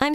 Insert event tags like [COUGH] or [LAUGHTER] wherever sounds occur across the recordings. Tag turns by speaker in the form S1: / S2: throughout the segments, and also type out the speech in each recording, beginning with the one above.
S1: I'm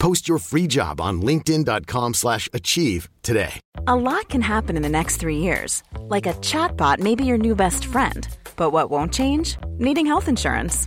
S2: Post your free job on linkedin.com slash achieve today.
S3: A lot can happen in the next three years. Like a chatbot may be your new best friend. But what won't change? Needing health insurance.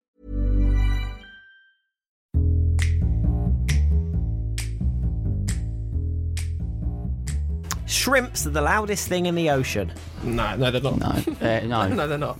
S4: Shrimps are the loudest thing in the ocean.
S5: No, no, they're not.
S6: No, uh, no.
S5: No, they're not.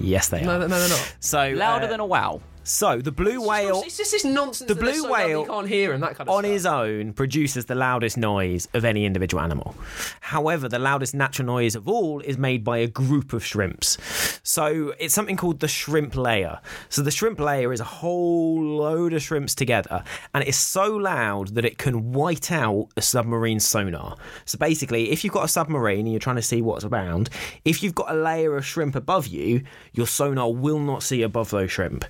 S4: Yes, they
S5: No,
S4: are.
S5: they're, no, they're not.
S4: So
S6: [LAUGHS] Louder
S4: uh,
S6: than a wow.
S4: so the blue whale
S5: It's just this nonsense.
S4: The
S5: that they're
S4: blue
S5: so loud that
S4: whale
S5: you can't hear and that kind of
S4: on
S5: stuff.
S4: his own produces the loudest noise of any individual animal. However, the loudest natural noise of all is made by a group of shrimps. So it's something called the shrimp layer. So the shrimp layer is a whole load of shrimps together, and it is so loud that it can white out a submarine sonar. So basically, if you've got a submarine and you're trying to see what's around, if you've got a layer of shrimp above you, your sonar will not see above those shrimp.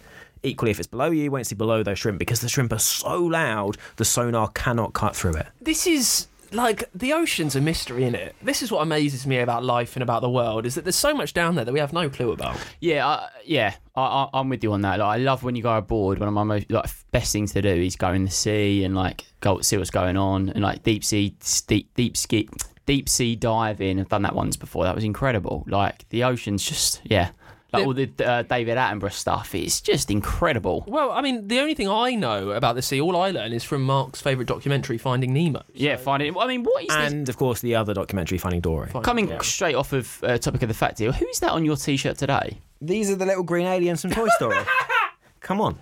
S4: Equally, if it's below you, you won't see below those shrimp because the shrimp are so loud, the sonar cannot cut through it.
S5: This is like the ocean's a mystery in it. This is what amazes me about life and about the world is that there's so much down there that we have no clue about.
S6: Yeah, I, yeah, I, I, I'm with you on that. Like, I love when you go abroad. One of my most like best things to do is go in the sea and like go see what's going on and like deep sea, deep deep ski, deep sea diving. I've done that once before. That was incredible. Like the ocean's just yeah, like all the uh, David Attenborough stuff. It's just incredible.
S5: Well, I mean, the only thing I know about the sea, all I learn is from Mark's favourite documentary, Finding Nemo.
S6: Yeah, finding. I mean, what is this?
S4: And of course, the other documentary, Finding Dory.
S6: Coming straight off of uh, topic of the fact here, who's that on your T-shirt today?
S4: These are the little green aliens from Toy Story. [LAUGHS] Come on.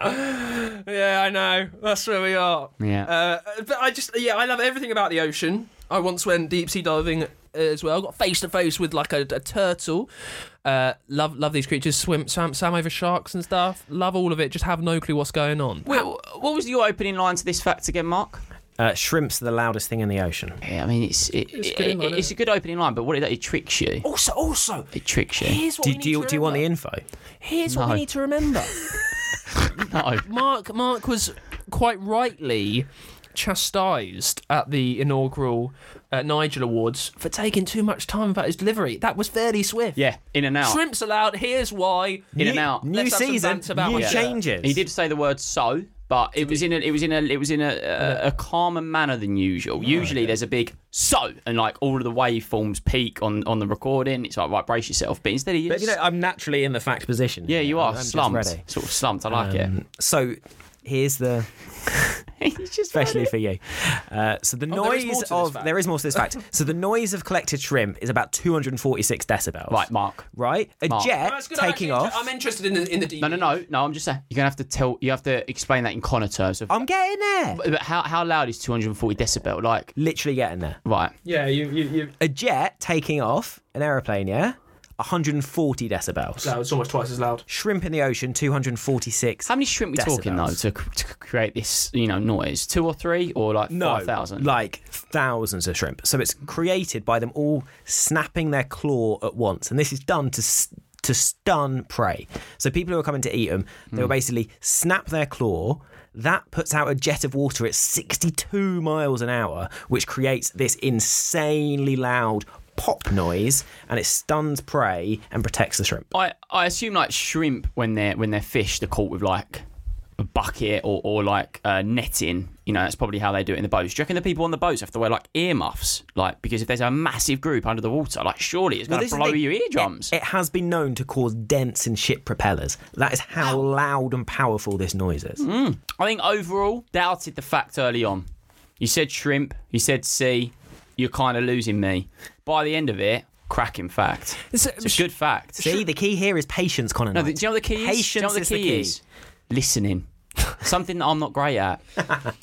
S5: Yeah, I know. That's where we are.
S6: Yeah.
S5: Uh, but I just, yeah, I love everything about the ocean. I once went deep sea diving as well. Got face to face with like a, a turtle. Uh, love, love these creatures. Swim, swam, swam over sharks and stuff. Love all of it. Just have no clue what's going on.
S6: Well, what was your opening line to this fact again, Mark?
S4: Uh, shrimps are the loudest thing in the ocean.
S6: Yeah, I mean, it's
S5: It's
S6: it, it's,
S5: a good
S6: it,
S5: line, isn't
S6: it's a good opening line, but what it, it tricks you.
S5: Also, also,
S6: It tricks you.
S5: here's what
S4: Do,
S5: we need
S4: do, you,
S5: to
S4: do you want the
S5: remember.
S4: info?
S5: Here's what
S6: No.
S5: we need to remember.
S6: No.
S5: Mark Mark was quite rightly chastised at the inaugural uh, Nigel Awards for taking too much time about his delivery. That was fairly swift.
S6: Yeah, in and out.
S5: Shrimps allowed. Here's why.
S6: In and out.
S4: New
S5: Let's have some
S4: season,
S5: rants about
S4: new
S5: it.
S4: changes.
S6: He did say the word so, but it was in a it was in a it was in a, a, a calmer manner than
S4: Oh,
S6: usual. Usually there's a big so and like all of the waveforms peak on on the recording. It's like right, brace yourself. But instead he
S4: But you know, I'm naturally in the fact position.
S6: yeah, you are
S4: I'm just
S6: slumped,
S4: ready.
S6: sort of slumped. I like
S4: Um, so here's
S5: [LAUGHS]
S4: the
S6: it. He's just
S4: especially for you. Uh, so the
S5: Oh, there
S4: noise
S5: is more to this
S4: of
S5: fact.
S4: there is more to this
S5: [LAUGHS]
S4: fact. so the noise of collected shrimp is about 246 decibels.
S6: right, Mark.
S4: Right, a
S6: Mark.
S4: jet
S5: That's good. I'm
S4: taking
S5: actually-
S4: off.
S5: I'm interested in the, in the
S6: No, no, no, no. I'm just saying you're gonna have to tell. You have to explain that in Connor terms. Of,
S4: I'm getting there.
S6: but how how loud is 240 decibel? Like
S4: Literally getting there.
S6: right.
S5: Yeah, you you you.
S4: A jet taking off, an aeroplane, yeah, 140 decibels.
S5: That was almost twice as loud.
S4: Shrimp in the ocean, 246.
S6: How many shrimp we talking though
S4: Decibels.
S6: to, to create this you know noise? Two or three or like
S4: no,
S6: five thousand?
S4: like thousands of shrimp. So it's created by them all snapping their claw at once, and this is done to s- to stun prey. So people who are coming to eat them, they
S6: Hmm.
S4: will basically snap their claw. That puts out a jet of water at 62 miles an hour, which creates this insanely loud pop noise, and it stuns prey and protects the shrimp.
S6: I, I assume like shrimp when they're when they're fished they're caught with like a bucket or, or like uh, netting you know that's probably how they do it in the boats do you reckon the people on the boats have to wear like earmuffs like because if there's a massive group under the water like surely it's
S4: Well,
S6: going
S4: this
S6: to
S4: is
S6: blow
S4: the- eh,
S6: your eardrums
S4: It, it has been known to cause dents in ship propellers. That is how loud and powerful this noise is.
S6: I think overall doubted the fact early on you said shrimp you said sea you're kind of losing me by the end of it cracking fact.
S5: It's
S6: It's
S5: a-
S6: a, good fact.
S4: See, the key here is patience, Conan.
S6: No,
S4: Knight.
S6: do you know what the key is?
S4: Patience
S6: do you know what
S4: is the key.
S6: is? [LAUGHS] Listening. Something that I'm not great [LAUGHS] at.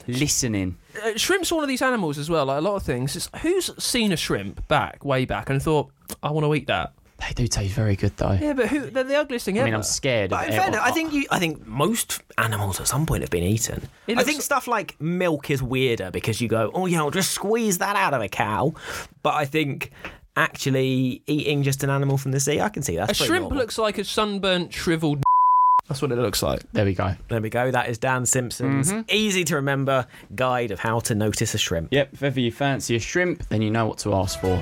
S6: Listening.
S5: uh, shrimp's one of these animals as well. Like a lot of things, it's, who's seen a shrimp back way back and thought, I want to eat that.
S6: They do taste very good though.
S5: Yeah, but who? They're the ugliest thing
S6: I
S5: ever.
S6: mean, I'm scared.
S4: But
S6: of
S4: in
S6: it.
S4: fairness, I think you, I think most animals at some point have been eaten.
S5: It
S4: I
S5: looks-
S4: think stuff like milk is weirder because you go, oh yeah, I'll just squeeze that out of a cow. But I think actually eating just an animal from the sea, I can see that.
S5: a shrimp looks like a sunburnt, shriveled. That's what it looks like.
S6: There we go.
S4: There we go. That is Dan Simpson's
S6: Mm-hmm.
S4: easy to remember guide of how to notice a shrimp.
S6: Yep, if ever you fancy a shrimp, then you know what to ask for.